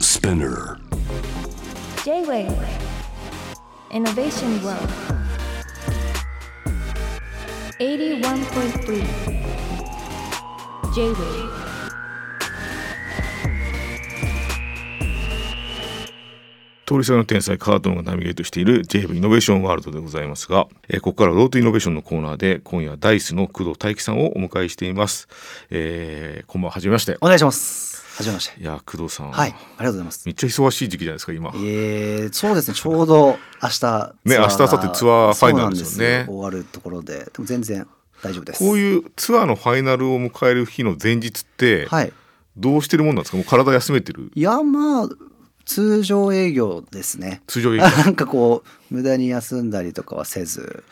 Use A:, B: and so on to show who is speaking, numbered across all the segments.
A: Spinner
B: J-WAVE Innovation World 81.3 J-WAVE
C: 通りすがりの天才カートンがナビゲートしている JF イノベーションワールドでございますが、えーここからロートイノベーションのコーナーで今夜はダイスの工藤大樹さんをお迎えしています、えー、こんばんははじめまして
D: お願いします。はじめまして。
C: いやー工藤さん、
D: はい、ありがとうございます。
C: めっちゃ忙しい時期じゃないですか今
D: えー、そうですね、ちょうど明日ツアーが。
C: ね明日明後日ツアーファイナルですよね
D: そうなんですよ終わるところで、でも全然大丈夫です。
C: こう
D: う。
C: いうツアーのファイナルを迎える日の前日って
D: はい。
C: どうしてるもんなんですかもう体休めてる
D: いや、まあ、通常営業ですね。
C: 通常営業
D: なんかこう、無駄に休んだりとかはせず。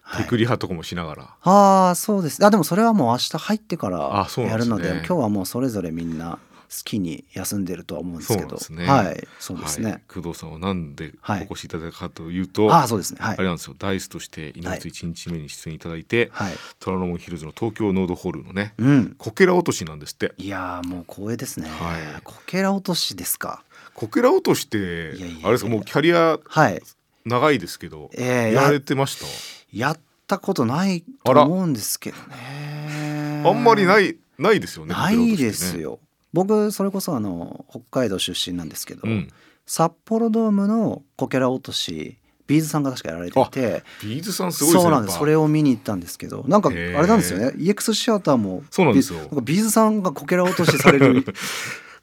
D: は
C: 手
D: い
C: 繰り派とかもしながら、
D: ああ、そうです。あ、でもそれはもう明日入ってか
C: あ
D: ら
C: そうな
D: や
C: んです
D: る
C: ね
D: ので、今日はもうそれぞれみんな好きに休んでるとは思うんですけ
C: そ
D: ど。
C: うなんですね
D: はい、そうですね。
C: はい工藤さんはなんで
D: はい
C: お越しいただいたかというと、
D: ああ、そうですね。はい
C: あれ。なんですよダイスとして2月1日目に出演いただいて、
D: はい。
C: 虎ノ門ヒルズの東京ノードホールのね
D: うん。
C: こけら落としなんですって
D: いやーもう光栄ですね。
C: はい
D: こけら落としですか。
C: こけら落としって
D: いやいやいや
C: あれですかもうキャリア
D: はい。
C: 長いですけど、
D: えー
C: やられてました
D: やったことないと
C: あら
D: 思うんですけどね。、
C: あんまりないいないですよね
D: ないです、
C: こ
D: よ。僕それこそあの北海道出身なんですけ
C: けら
D: ど、
C: 落としってね
D: 札幌ドームのこけら落としビーズさんが確かやられてて。
C: うん、ビーズさんすごいですね
D: そうなんです
C: やっぱ
D: それを見に行ったんですけどなんかあ
C: へ
D: れ
C: ー
D: なんですよね EX シアターも
C: そうなんですよ
D: ビなんかビーズさんがこけら落としされ る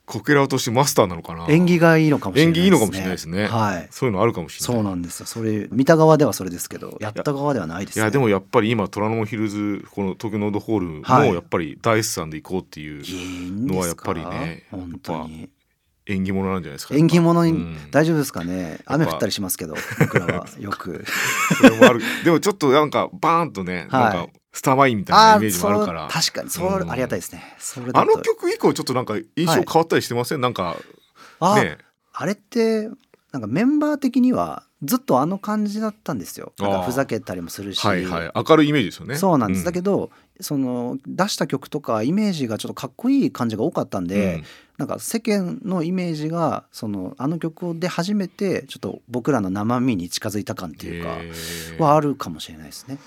C: こけら落としマスターなのかな
D: 縁起がいいのかもしれない
C: 縁起いいのかもしれないですね
D: はい
C: そういうのあるかもしれない
D: そうなんですよそれ見た側ではそれですけどやった側ではないです、
C: い
D: ね、
C: やでもやっぱり今虎ノ門ヒルズこの東京ノードホール
D: は
C: も
D: い
C: やっぱりダイスさんで行こうっていう
D: いいん
C: の
D: で
C: はや
D: す
C: っ
D: か
C: ぱりね
D: 本当に
C: 縁起物なんじゃないですか
D: 縁起物
C: う
D: に
C: ん
D: 大丈夫ですかね、
C: ぱ
D: 雨降ったりしますけど僕 らはよく
C: それも あるでもちょっとなんかバーンとね、
D: はい
C: なんかスターマインみたいな
D: あ
C: イメー
D: ー
C: ジも
D: そ
C: ある
D: う
C: から
D: 確かにそれありがたいですねそれだと
C: あの曲以降ちょっとなんか印象
D: は
C: 変
D: い
C: わったりしてません、なんか
D: あ,、
C: ね
D: あれってなんかメンバー的にはずっとあの感じだったんですよなん
C: あ
D: か
C: ー
D: ふざけたりもするし、
C: はいはい明るいイメージですよね
D: そうなんです、だけ
C: ど、
D: どその出した曲とかイメージがちょっとかっこいい感じが多かったんで、
C: うん
D: なんか世間のイメージがそのあの曲で初めてちょっと僕らの生身に近づいた感っていうか
C: へー
D: はあるかもしれないですね。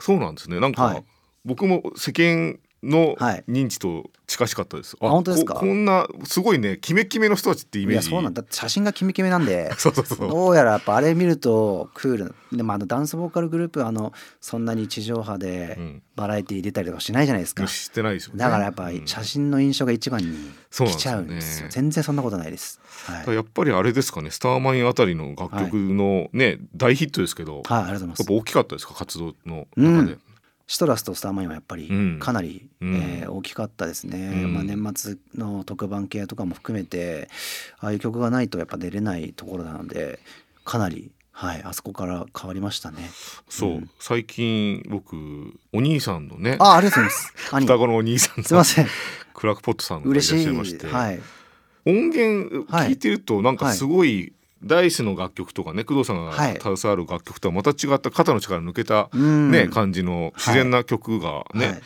C: そうなんですねなんか、
D: はい
C: 僕も世間の
D: はい
C: 認知と近しかったです、
D: あ本当ですか
C: ここんなすごいねキメキメの人たちってイ
D: い
C: メー
D: や
C: ジ
D: そうなんだだって写真がキメキメなんで
C: そうそうそう
D: どうやらやっぱあれ見るとクールなでもあのダンスボーカルグループはあのそんなに地上波で
C: うん
D: バラエティー出たりとかしないじゃないですか、
C: 知ってないですよね
D: だからやっぱり写真の印象が一番に
C: そうなん
D: 来
C: です
D: ち
C: よ
D: ゃ
C: ね
D: うんですよ全然そんなことないです。はい、
C: うん
D: はい、
C: やっぱりあれですかねスターマインあたりの楽曲のね、大ヒットですけど、
D: ありがと
C: やっぱ
D: うございます。
C: 大きかったですか活動の中で、
D: うんシトラスとスターマインはやっぱり
C: うん
D: かなり、
C: うん
D: えー大きかったですね、
C: うん
D: まあ、年末の特番系とかも含めてああいう曲がないとやっぱ出れないところなのでかなり、はい、あそこから変わりましたね。
C: そう、
D: うん
C: 最近僕お兄さんのね
D: あ、ありがとうございます。兄。
C: 双子のお兄さん
D: すいま
C: の
D: せん。
C: クラークポットさんがいらっ
D: 嬉
C: しゃ
D: し
C: い
D: い。
C: まして、
D: はい。
C: 音源
D: はい
C: 聞いてるとなんかすごい、ダイスの楽曲とかね工藤さんが
D: はい
C: 携わる楽曲とはまた違った肩の力抜けた、
D: うん
C: ね感じの自然な曲がね、
D: はい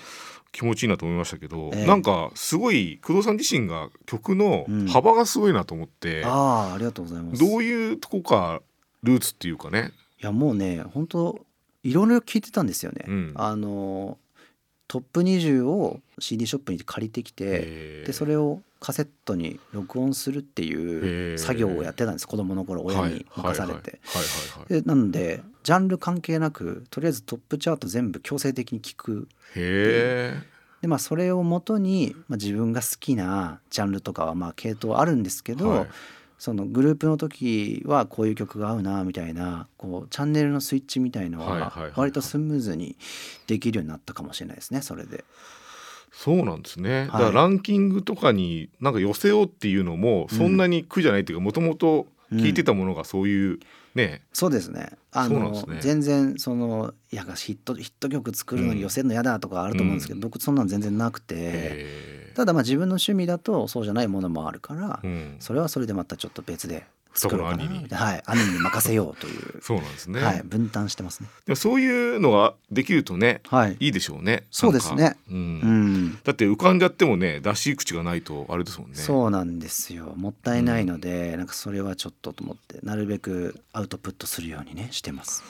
C: 気持ちいいなと思いましたけど、
D: ええ
C: なんかすごい工藤さん自身が曲の
D: うん
C: 幅がすごいなと思って、
D: ああ、ありがとうございます。
C: ど
D: いう
C: いうとこかルーツっていうかね、
D: や、もうね、本当いろいろ聞いてたんですよね。
C: うん
D: あの、トップ20を CD ショップに借りてきて、で、そ
C: れ
D: れをカセットに録音するって
C: へ
D: い
C: え
D: う作業をやってたんです。子供の頃、親に任され
C: はいはいはい
D: て。
C: はいはい
D: でなのでジャンル関係なくとりあえずトップチャート全部強制的に聞く
C: へえ
D: でまあそれをもとに、まあ、自分が好きなジャンルとかはまあ系統あるんですけど、
C: はい
D: そのグループの時はこういう曲が合うなみたいなこうチャンネルのスイッチみたいの
C: はいはいはいは
D: はい割とスムーズにできるようになったかもしれないですねそれで。
C: そうなんですね、だ
D: はい
C: からランキングとかになんか寄せようっていうのもそんなに苦じゃないっていうかもともと聞いてたものがそういうね、
D: そうですねあ
C: そうなんで
D: の
C: すね
D: 全然そのいやヒットヒット曲作るのに寄せるの嫌だとかあると思うんですけど、僕そんなの全然なくて、
C: え
D: ただまあ自分の趣味だとそうじゃないものもあるから、
C: ーうん
D: それはそれでまたちょっと別で作ろうかな
C: そこの兄に
D: みたいなはい兄に任せようとい う、
C: そうなんですね、
D: はい、分担してますね
C: でもそういうのができるとね
D: はい
C: いいでしょうね
D: そうですね
C: なんかうん
D: うん
C: だって浮かんじゃってもね出し口がないとあれですもんね
D: そうなんですよもったいないので、なんかそれはちょっとと思ってなるべくアウトプットするようにねしてます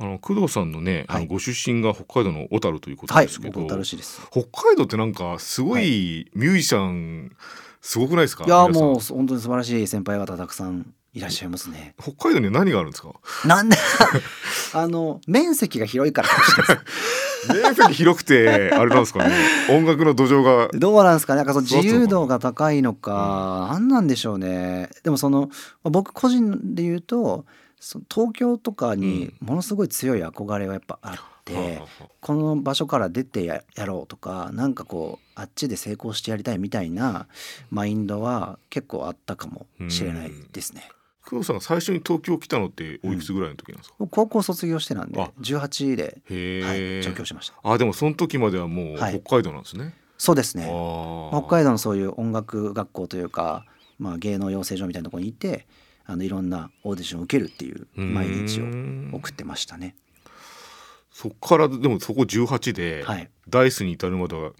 C: あの工藤さんのね、あ
D: は
C: の
D: い
C: ご出身が北海道の小樽ということ
D: はい
C: ですけ
D: 僕
C: ど、
D: 小樽市です
C: 北海道ってなんかすご
D: はい
C: ミュージシャンすごくないですか、
D: いや
C: 皆さん
D: もう本当に素晴らしい先輩方たくさんいらっしゃいますね
C: 北海道には何があるんですか
D: なんであの面積が広いからかもしれないです
C: 面積広く てあれなんですかね音楽の土壌が
D: どうなんですかねなんかその
C: そう
D: 自
C: そう
D: 由度が高いのか何なんでしょうねでもそのまあ僕個人で言うとその東京とかにものすごい強い憧れはやっぱあって、
C: は
D: この場所から出てややろうとかなんかこうあっちで成功してやりたいみたいなマインドは結構あったかもしれないですね。
C: 工藤さんが最初に東京来たのっておいくつぐらいの時なんですか、
D: 僕高校卒業してなんで
C: あ
D: 18で、は
C: へ
D: い、
C: え、
D: 上京しました。
C: あでもその時まではもう
D: はい
C: 北海道なんですね、
D: そうですね
C: あ
D: 北海道のそういう音楽学校というか、まあ、芸能養成所みたいなところにいてあのいろんなオーディションを受けるっていう毎日を
C: を
D: 送ってましたね。
C: そこからでもそこ18で、
D: はい、
C: ダイスに至るまでは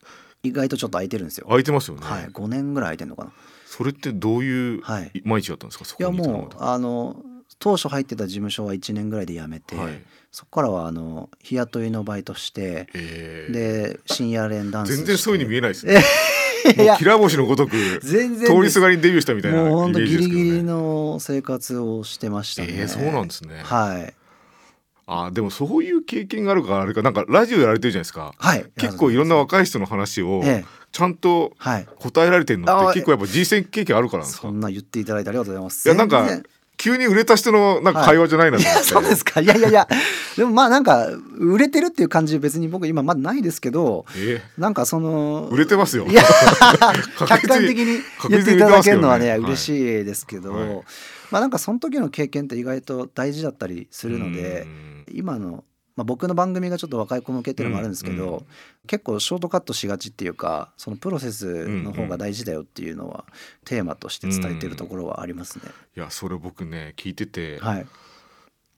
D: 意外とちょっと空いてるんですよ。
C: 空いてますよね、
D: はい、5年ぐらい空いてるのかな。
C: それってどういう
D: はい、
C: 毎日だったんですかそ
D: いや
C: こに至るま
D: も
C: で
D: うあの当初入ってた事務所は1年ぐらいで辞めて、
C: はい
D: そこからはあの日雇いのバイトして
C: えー
D: で深夜連ダンス
C: 全然そういうふうに見
D: え
C: えないですね
D: い
C: もう
D: や
C: きらぼしのごとく通
D: 全然
C: りす
D: が
C: がりにデビューしたみたいなイメ
D: もうほんと
C: ージ
D: ギ
C: です
D: リ
C: け
D: ギリ
C: どね
D: の生活をしてましたね
C: えーそうなんですね
D: はい
C: あでもそういう経験があるからあれかなんかラジオやられてるじゃないですか
D: はい
C: 結構いろんな若い人の話を
D: ええ
C: ちゃんと
D: はい
C: 答えられてるのっ
D: あ
C: て結構やっぱ人選経験あるからなんですか
D: そんな言っていただいてありがとうございます
C: いやなんか
D: 全然
C: 急に売れた人のなんか会話じゃないなと
D: いや そ
C: 思
D: う
C: って
D: ですかいやいやいやでもまあなんか売れてるっていう感じ別に僕今まだないですけど
C: え
D: なんかその
C: ー売れてますよ
D: いや
C: 確
D: 客
C: 実
D: 観
C: に
D: 的に
C: 確
D: 言っ
C: 実
D: て
C: に言っ
D: いた
C: てま
D: だ
C: す
D: け
C: け
D: る
C: どね
D: のはね
C: はい
D: 嬉しいですけど、
C: はい
D: まあなんかその時の経験って意外と大事だったりするので
C: うん
D: 今の、まあ、僕の番組がちょっと若い子向けっていうのもあるんですけど、
C: うんう
D: 結構ショートカットしがちっていうかそのプロセスの方が大事だよっていうのはテーマとして伝えてるところはありますね。
C: いやそれ僕ね聞いてて、
D: はい、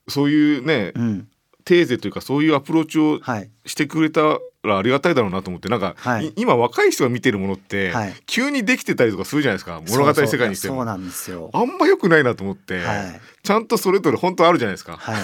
C: そういうね
D: うん
C: テーゼというかそういうアプローチを
D: はい
C: してくれたらありがたいだろうなと思ってなんか、
D: はい
C: い今若い人が見てるものって、
D: はい
C: 急にできてたりとかするじゃないですか物語世界にして
D: そうそう
C: も
D: そうなんですよ。
C: あんま良くないなと思って、
D: はい
C: ちゃんとそれぞれ本当あるじゃないですか、
D: はい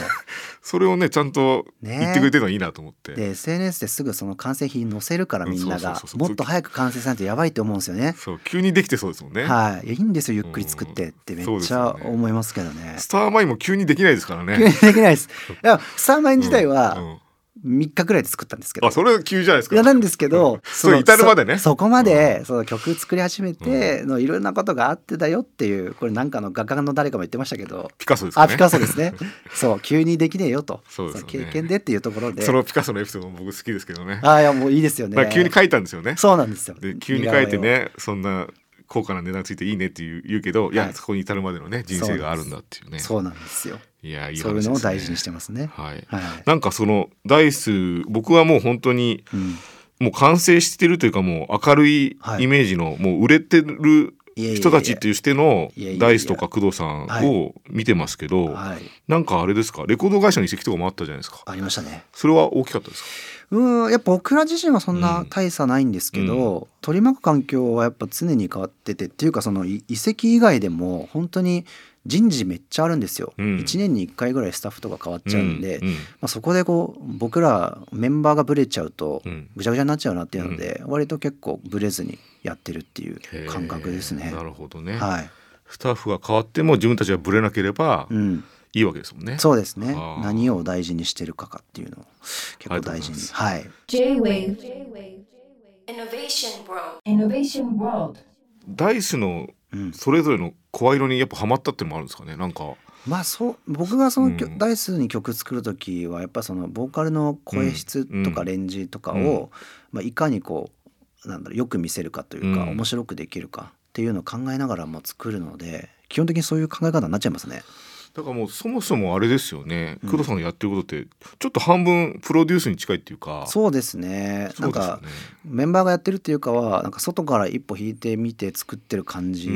C: それをねちゃんと
D: ね
C: 言ってくれてるのはいいなと思って、
D: で SNS ですぐその完成品載せるからみんな
C: うんそうそう
D: が
C: そうそう
D: もっと早く完成さないとやばいと思うんですよね。
C: そう急にできてそうですもんね、
D: はい、いやいいんですよゆっくり作ってってめっ
C: そうです
D: ち
C: よ
D: ゃ
C: ね
D: 思いますけどね。
C: スターマインも急にできないですからね
D: できないです。いやサーマイン自体
C: うん
D: は
C: うん
D: 3日くらいで作ったんですけど。
C: あそれ急じゃないです
D: いや
C: か
D: なんですけど、
C: そう
D: の
C: 至るまでね
D: そそこまで、その曲作り始めてのいろんなことがあってだよっていうこれなんかの画家の誰かも言ってましたけど、
C: ピカソですか
D: あ
C: ね
D: ピカソですね そう急にできねえよと
C: そうですよね
D: の経験でっていうところで
C: そのピカソのエピソードも僕好きですけどね
D: あいやもういいですよ
C: なん
D: ね
C: か急に書いたんですよね
D: そうなんですよ
C: で急に書いてねそんな高価な値段ついていいねって言う言うけど、い、
D: は
C: や
D: い
C: そこに至るまでのね人生があるんだっていうね
D: そうなんですよ。
C: いやいい話です、ね、
D: そういうのを大事にしてますね。
C: はい、
D: はい。
C: なんかそのダイス僕はもう本当に
D: うん
C: もう完成してるというかもう明るい
D: はい
C: イメージの、もう売れてる
D: いえいえいえ
C: 人たちっていうしての
D: いえいえいえ
C: ダイスとか工藤さん
D: はい
C: を見てますけど、
D: はい。
C: なんかあれですかレコード会社の移籍とかもあったじゃないですか
D: ありましたね。
C: それは大きかったですか
D: うん、やっぱ僕ら自身はそんな大差ないんですけど、取り巻く環境はやっぱ常に変わっててっていうかそのい遺跡以外でも本当に人事めっちゃあるんですよ。
C: うん
D: 1年に1回ぐらいスタッフとか変わっちゃうんで、
C: うんうん
D: まあ、そこでこう僕らメンバーがブレちゃうと
C: うん
D: ぐちゃぐちゃになっちゃうなっていうので、割と結構ブレずにやってるっていう
C: へー
D: 感覚ですね。
C: なるほどね、
D: はい。
C: スタッフが変わっても自分たちがブレなければ
D: うん。
C: いいわけですもんね、
D: そうですね
C: あー。
D: 何を大事にしてるかかっていうのを結構大事に。はい。
B: J-Wave Innovation World
C: ダイスの
D: うん、
C: それぞれの声色にやっぱハマったっていうのもあるんですかねなんか
D: まあそう僕がその曲、
C: うん
D: ダイスに曲作る時はやっぱそのボーカルの声質と
C: う
D: か
C: ん
D: レンジとかを、
C: うん
D: まあ、いかにこうなんだろうよく見せるかというか、
C: うん
D: 面白くできるかっていうのを考えながらも作るので基本的にそういう考え方になっちゃいますね。
C: だからもうそもそもあれですよね
D: うん
C: 黒さんのやってることってちょっと半分プロデュースに近いっていうか
D: そうですね
C: そ
D: なん
C: うですよ
D: か
C: ね
D: メンバーがやってるっていうかはなんか外から一歩引いてみて作ってる感じ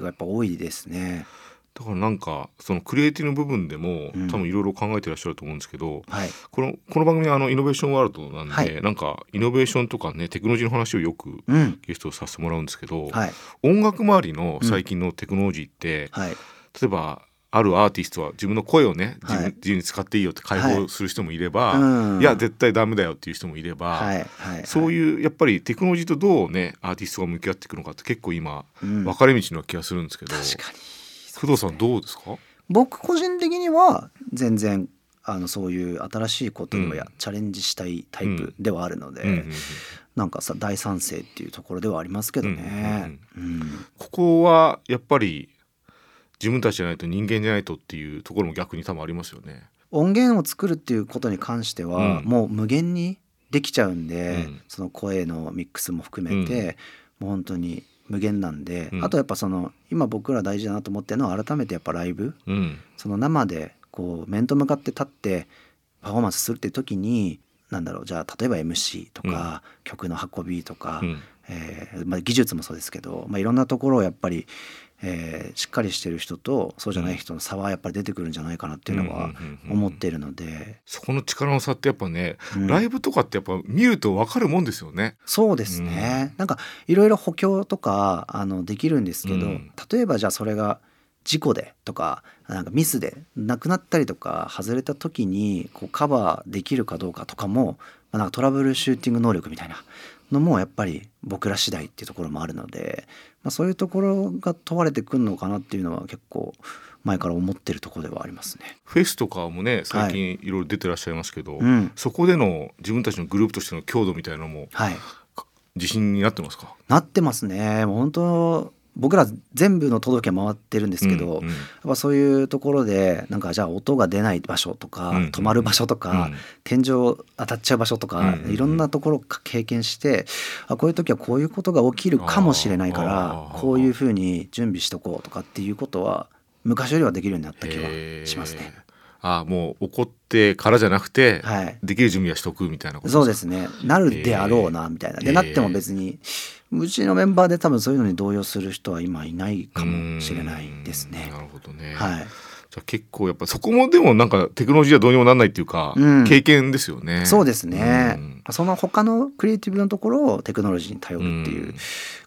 D: がやっぱ多いですね。
C: だからなんかそのクリエイティブの部分でも、
D: うん
C: 多分いろいろ考えてらっしゃると思うんですけど
D: はい、
C: このこの番組はあのイノベーションワールドなんで、
D: はい
C: なんかイノベーションとかねテクノロジーの話をよく
D: うん、
C: ゲストさせてもらうんですけど、
D: はい、
C: 音楽周りの最近のテクノロジーって、
D: はい、
C: 例えばあるアーティストは自分の声をね自分,、
D: はい
C: 自由に使っていいよって解放する人もいれば、
D: うん
C: いや絶対ダメだよっていう人もいれば、
D: はい、はい、
C: そういうやっぱりテクノロジーとどうねアーティストが向き合っていくのかって結構今
D: うん、
C: 分
D: 確
C: かれ道の気がするんですけど、
D: かに。
C: 工藤さんどうですか
D: 僕個人的には全然あのそういう新しいことをや、
C: うん
D: チャレンジしたいタイプではあるので、
C: うんうんうん
D: なんかさ大賛成っていうところではありますけどね。うん
C: ここはやっぱり自分たちじゃないと人間じゃないとっていうところも逆に多分ありますよね。
D: 音源を作るっていうことに関しては、
C: うん
D: もう無限にできちゃうんで、
C: うん
D: その声のミックスも含めて、もう本当に無限なんで、
C: うん
D: あとやっぱその今僕ら大事だなと思ってるのは改めてやっぱライブ
C: うん
D: その生でこう面と向かって立ってパフォーマンスするっていう時になんだろうじゃあ例えば MC とか、曲の運びとか、
C: うん
D: えーまあ、技術もそうですけど、まあ、いろんなところをやっぱり、えーしっかりしてる人とそうじゃない人の差はやっぱり出てくるんじゃないかなっていうの
C: う
D: は
C: んうんうんうん
D: 思っているので、
C: そこの力の差ってやっぱね、
D: うん
C: ライブとかってやっぱ見ると分かるもんですよね。
D: そうですね、なんかいろいろ補強とかあのできるんですけど、
C: うん
D: 例えばじゃあそれが事故でとかなんかミスでなくなったりとか外れた時にこうカバーできるかどうかとかも、まあなんかトラブルシューティング能力みたいなのもやっぱり僕ら次第っていうところもあるので、まあ、そういうところが問われてくるのかなっていうのは結構前から思ってるところではありますね。
C: フェスとかもね最近いろいろ出てらっしゃいますけど、
D: うん
C: そこでの自分たちのグループとしての強度みたいなのも
D: はい、
C: 自信になってますか
D: なってますね。もう本当僕ら全部の都道府県回ってるんですけど、
C: うんうん
D: やっぱそういうところでなんかじゃあ音が出ない場所とか、
C: うん
D: 止まる場所と
C: う
D: か、
C: ん
D: 天井当たっちゃう場所とか、
C: うん
D: いろんなところを経験してあこういう時はこういうことが起きるかもしれないか
C: あ
D: ら
C: ー
D: こういうふうに準備しとこうとかっていうことは昔よりはできるようになった気はしますね。
C: へーあもう怒ってからじゃなくて、
D: はい
C: できる準備はしとくみたいなこと
D: そうですねなるであろう
C: へ
D: なみたいなで、
C: へー
D: なっても別にうちのメンバーで多分そういうのに動揺する人は今いないかもしれないですね
C: う。んなるほどね。
D: はい、
C: じゃあ結構やっぱそこもでもなんかテクノロジーはどうにもなんないっていうか、
D: うん
C: 経験ですよね。
D: そうですね、
C: うん
D: その他のクリエイティブのところをテクノロジーに頼るっていううん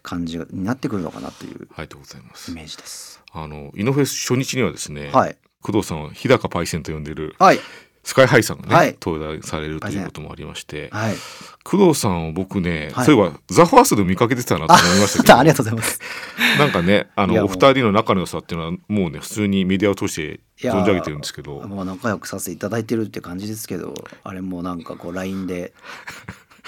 D: 感じになってくるのかなという
C: ありがとうございま
D: イ
C: す。
D: メージです。
C: あのイノフェス初日にはですね、
D: はい、
C: 工藤さんは日高パイセンと呼んでる
D: はい、
C: スカイハイさんがね、
D: はい
C: 登壇されるということもありまして、
D: はい、
C: 工藤さんを僕ね、
D: はい
C: そういえばザファーストでも見かけてたなと
D: あ
C: 思いましたけど
D: ありがとうございます。
C: なんかねあ
D: いや
C: の
D: も
C: お
D: う
C: 二人の仲の良さっていうのはもうね普通にメディアを通して存じ上げてるんですけど
D: もう仲良くさせていただいてるって感じですけど、あれもなんかこう LINE で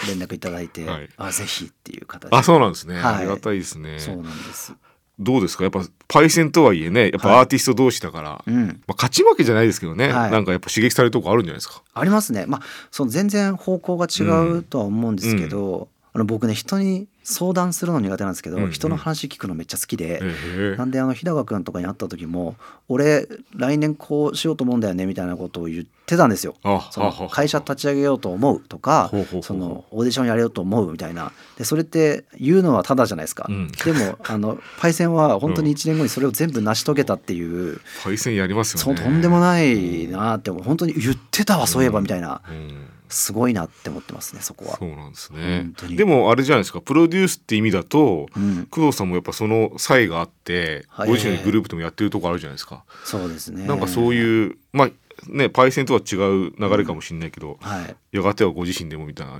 D: 連絡いただいて、
C: はい
D: あぜひっていう形で
C: あそうなんですね、
D: はい
C: ありがたいですね
D: そうなんです。
C: どうですかやっぱパイセンとはいえねやっ
D: はい
C: ぱアーティスト同士だから、
D: うん、
C: まあ、勝ち負けじゃないですけどね、
D: はい
C: なんかやっぱ刺激されるとこあるんじゃないですか
D: ありますね。まあその全然方向が違うとは思うんですけど、あの僕ね人に相談するの苦手なんですけど、
C: うんうん
D: 人の話聞くのめっちゃ好きで。
C: ええ
D: なんであの日高君とかに会った時も「俺来年こうしようと思うんだよね」みたいなことを言ってたんですよ。
C: あ
D: そ
C: あ
D: の会社立ち上げようと思うとか
C: ほうほうほう
D: そのオーディションやれようと思うみたいなでそれって言うのはただじゃないですか、
C: うん
D: でもあのパイセンは本当に1年後にそれを全部成し遂げたっていう、
C: パイセンやりますよ
D: そ
C: ね
D: うとんでもないなって思う本当に言ってたわそういえばみたいな
C: うん
D: すごいなって思ってますねそこは
C: そ。うなんですね
D: 本当に
C: でもあれじゃないですかプロデュースって意味だと、
D: うん、
C: 工藤さんもやっぱその才があって、
D: はい
C: ご自身のグループでもやってるとこあるじゃないですか、
D: そうですね
C: なんかそういうまあねパイセンとは違う流れかもしれないけど、
D: はい、
C: やがてはご自身でもみたいな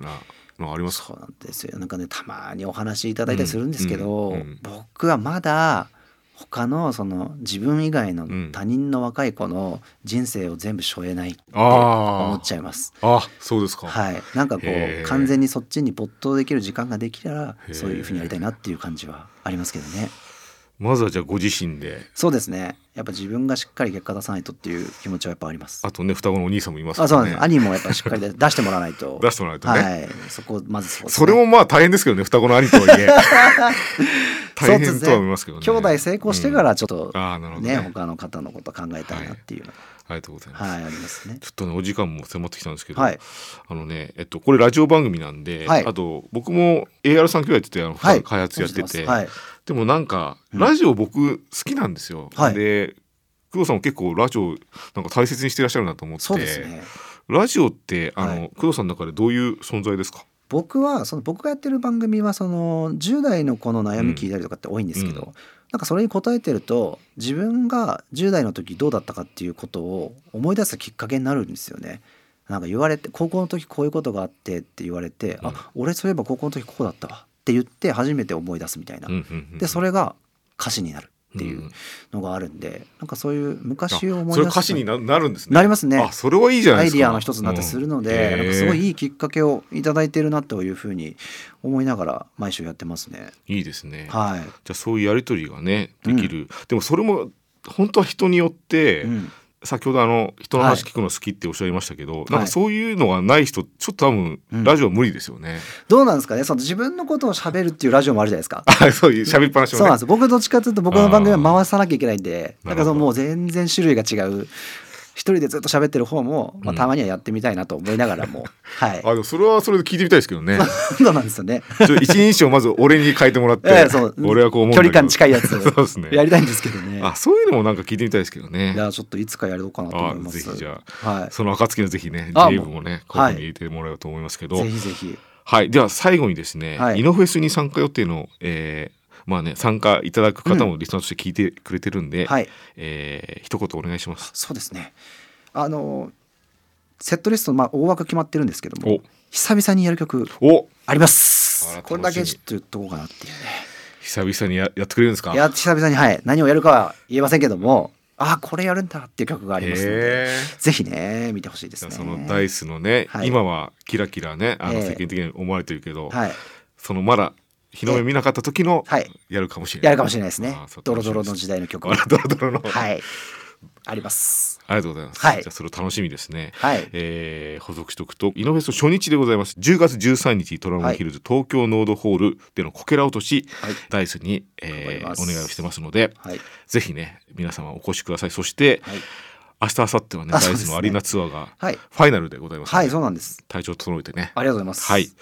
C: のありますか
D: そうなんですよなんかねたまにお話いただいたりするんですけど、
C: うんうん
D: 僕はまだ他のその自分以外の
C: ん
D: 他人の若い子の人生を全部背負えないって思
C: あ
D: っちゃいます。
C: ああそうですか、
D: はい、なんかこ
C: へ
D: う
C: ー
D: 完全にそっちに没頭できる時間ができたら
C: へー
D: そういうふうにやりたいなっていう感じはありますけどね
C: まずはじゃあご自身で
D: そうですねやっぱ自分がしっかり結果出さないとっていう気持ちはやっぱあります
C: あとね双子のお兄さんもいます
D: あそうなんです、
C: ね
D: 兄もやっぱしっかり出 出してもらわないと
C: 出してもらわないとね
D: はいそこまずそうです
C: そ
D: ね
C: れもまあ大変ですけどね双子の兄とはい え大変とは思いますけどね
D: そうですね兄弟成功してか、らちょっと、
C: うんああなるほどね
D: ね他の方のこと考えたいなっていうの
C: ありがとうございます、
D: はい、ありますね
C: ちょっとねお時間も迫ってきたんですけど、
D: はい
C: あのねえっとこれラジオ番組なんで、
D: はい
C: あと僕も AR さん兄弟って言ってあ
D: は
C: の
D: い
C: 開発やってて、
D: はい
C: でもなんか
D: うん
C: ラジオ僕好きなんですよ、
D: はい
C: で工藤さんも結構ラジオなんか大切にしてらっしゃるなと思って
D: そうですね
C: ラジオってあの、
D: はい
C: 工藤さんの中でどういう存在ですか
D: 僕はその僕がやってる番組はその10代の子の悩み聞いたりとかって多いんですけど、
C: うん
D: なんかそれに答えてると自分が10代の時どうだったかっていうことを思い出すきっかけになるんですよね。なんか言われて高校の時こういうことがあってって言われて、
C: うん
D: あ俺そういえば高校の時こうだったわって言って初めて思い出すみたいな、でそ
C: れ
D: れが歌詞になるっていうのがあるんで、なんかそういう昔を思い出す
C: それ歌詞にななるんですね
D: なりますね
C: あそれはいいじゃな
D: ア
C: いで
D: イ
C: すか
D: ディアの一つになってするので、
C: うん
D: なんかすご
C: へ
D: い
C: ー
D: いいきっかけをいただいてるなというふうに思いながら毎週やってますね。
C: いいですね
D: は
C: じゃあそういうやり取りがねできる、でもそれも本当は人によって、
D: い、うん、
C: 先ほどあの人の話聞くの好きっておっしゃいましたけど、なんかそういうのがない人ちょっと多分
D: うん
C: ラジオ無理ですよね、
D: どうなんですかねその自分のことを喋るっていうラジオもあるじゃないですか。
C: あそういう 喋りっぱなし
D: そ
C: を
D: う
C: ね
D: なんです僕どっちかというと僕の番組は回さなきゃいけないんで
C: あー
D: だからその
C: なるほど
D: もう全然種類が違う一人でずっと喋ってる方も、ま
C: う
D: あ、
C: ん
D: たまにはやってみたいなと思いながらも、 はい
C: あでもそれはそれで聞いてみたいですけど ね
D: そうなんですよね。
C: ちょっと一人称まず俺に変えてもらって、
D: ええ そう
C: 俺はこう思うんだ
D: 距
C: けど
D: 離感近いや つ
C: そうですね
D: やりたいんですけどね。
C: あそういうのもなんか聞いてみたいですけどね
D: いやちょっといつかやろうかなと思
C: あ
D: います。
C: ぜひじゃ
D: は
C: あその暁のぜひね
D: あ
C: J 部もねこういうふうに入れてもらえればと思いますけ
D: い、
C: ど
D: ぜひぜひ
C: はい、では最後にですね、
D: はい
C: イノフェスに参加予定の、えーまあね、参加いただく方もリスナーとして聞いてくれてるんで、
D: はい
C: えー一言お願いします。
D: そうですね。あのセットリストまあ大枠決まってるんですけど
C: お
D: も、久々にやる曲
C: お
D: ありま
C: あら
D: す。これだけちょっと言っとこうかなっていうね。
C: 久々にややってくれるんですか
D: いや久々にはい何をやるかは言えませんけども、あこれやるんだっていう曲がありますので、
C: へ
D: ぜひね見てほしい
C: ー
D: で
C: じ
D: す
C: ゃあ
D: ね。
C: そのダイスのね、
D: はい
C: 今はキラキラねあの
D: ええ
C: 世間的に思われてるけど、
D: はい
C: そのまだ日の目見なかった時の
D: はい
C: やるかもしれない。
D: やるかもしれないですね
C: あーそ。う
D: ドロドロの時代の曲
C: あらドロドロの、あ
D: はいあります。
C: りがとうございます。
D: はい
C: じゃあそれ楽しみですね。
D: はい
C: えー補足しておくとイノフェス初日でございます10月13日トラノヒルズ東京ノードホールでのこけら落とし、
D: はい
C: ダイスに、
D: 頑張
C: え
D: り
C: ーお
D: ます
C: 願いをしてますので、
D: はい
C: ぜひね皆様お越しくださいそして、
D: はい
C: 明日明後日はねダ
D: あ
C: イ
D: そうですね
C: スのアリーナツアーが
D: はい
C: ファイナルでございますの
D: は
C: で、
D: いそうなんです。
C: 体調整えてね
D: ありがとうございます。
C: はいちょ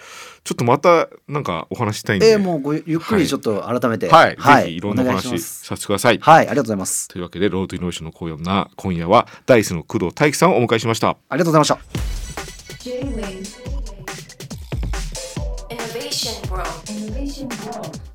C: っとまたなんかお話ししたいんで、
D: えー、もうごゆゆっくりちょっと改めて、
C: はい、ぜひいろんなお
D: 願いしま
C: 話
D: す
C: させてください、
D: はい、ありがとうございます。
C: というわけでロードイノベーションの今夜な今夜はダイスの工藤大樹さんをお迎えしました
D: ありがとうございました。
B: J-Wave. Innovation World. Innovation World.